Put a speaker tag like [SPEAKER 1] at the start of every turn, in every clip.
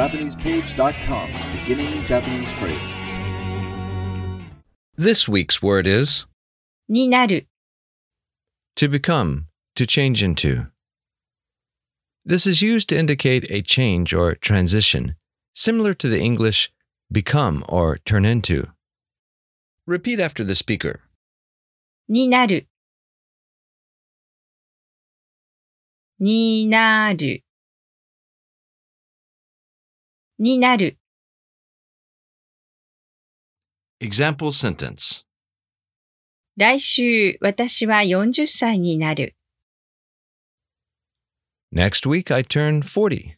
[SPEAKER 1] JapanesePage.com, beginning Japanese phrases.
[SPEAKER 2] This week's word is
[SPEAKER 3] になる、
[SPEAKER 2] to become, to change into. This is used to indicate a change or transition, similar to the English become or turn into. Repeat after the speaker.
[SPEAKER 3] になる。になる。になる、
[SPEAKER 2] Example sentence
[SPEAKER 3] 来週私は40歳になる。
[SPEAKER 2] Next week I turn 40.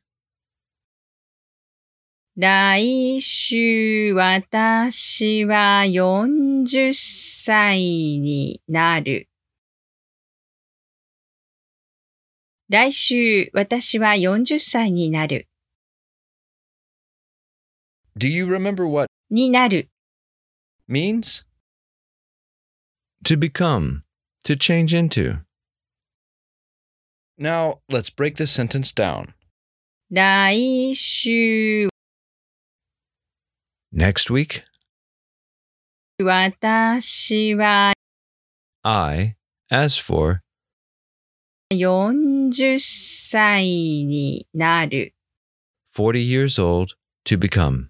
[SPEAKER 3] 来週私は40歳になる。来週私は40歳になる。
[SPEAKER 2] Do you remember what
[SPEAKER 3] になる、
[SPEAKER 2] means? To become, to change into. Now, let's break this sentence down.
[SPEAKER 3] 来週
[SPEAKER 2] Next week,
[SPEAKER 3] 私は
[SPEAKER 2] I, as for,
[SPEAKER 3] 40歳になる。
[SPEAKER 2] 40 years old, to become.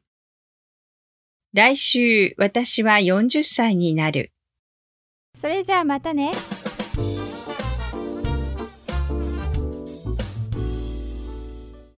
[SPEAKER 3] 来週私は40歳になる。
[SPEAKER 4] それじゃあまたね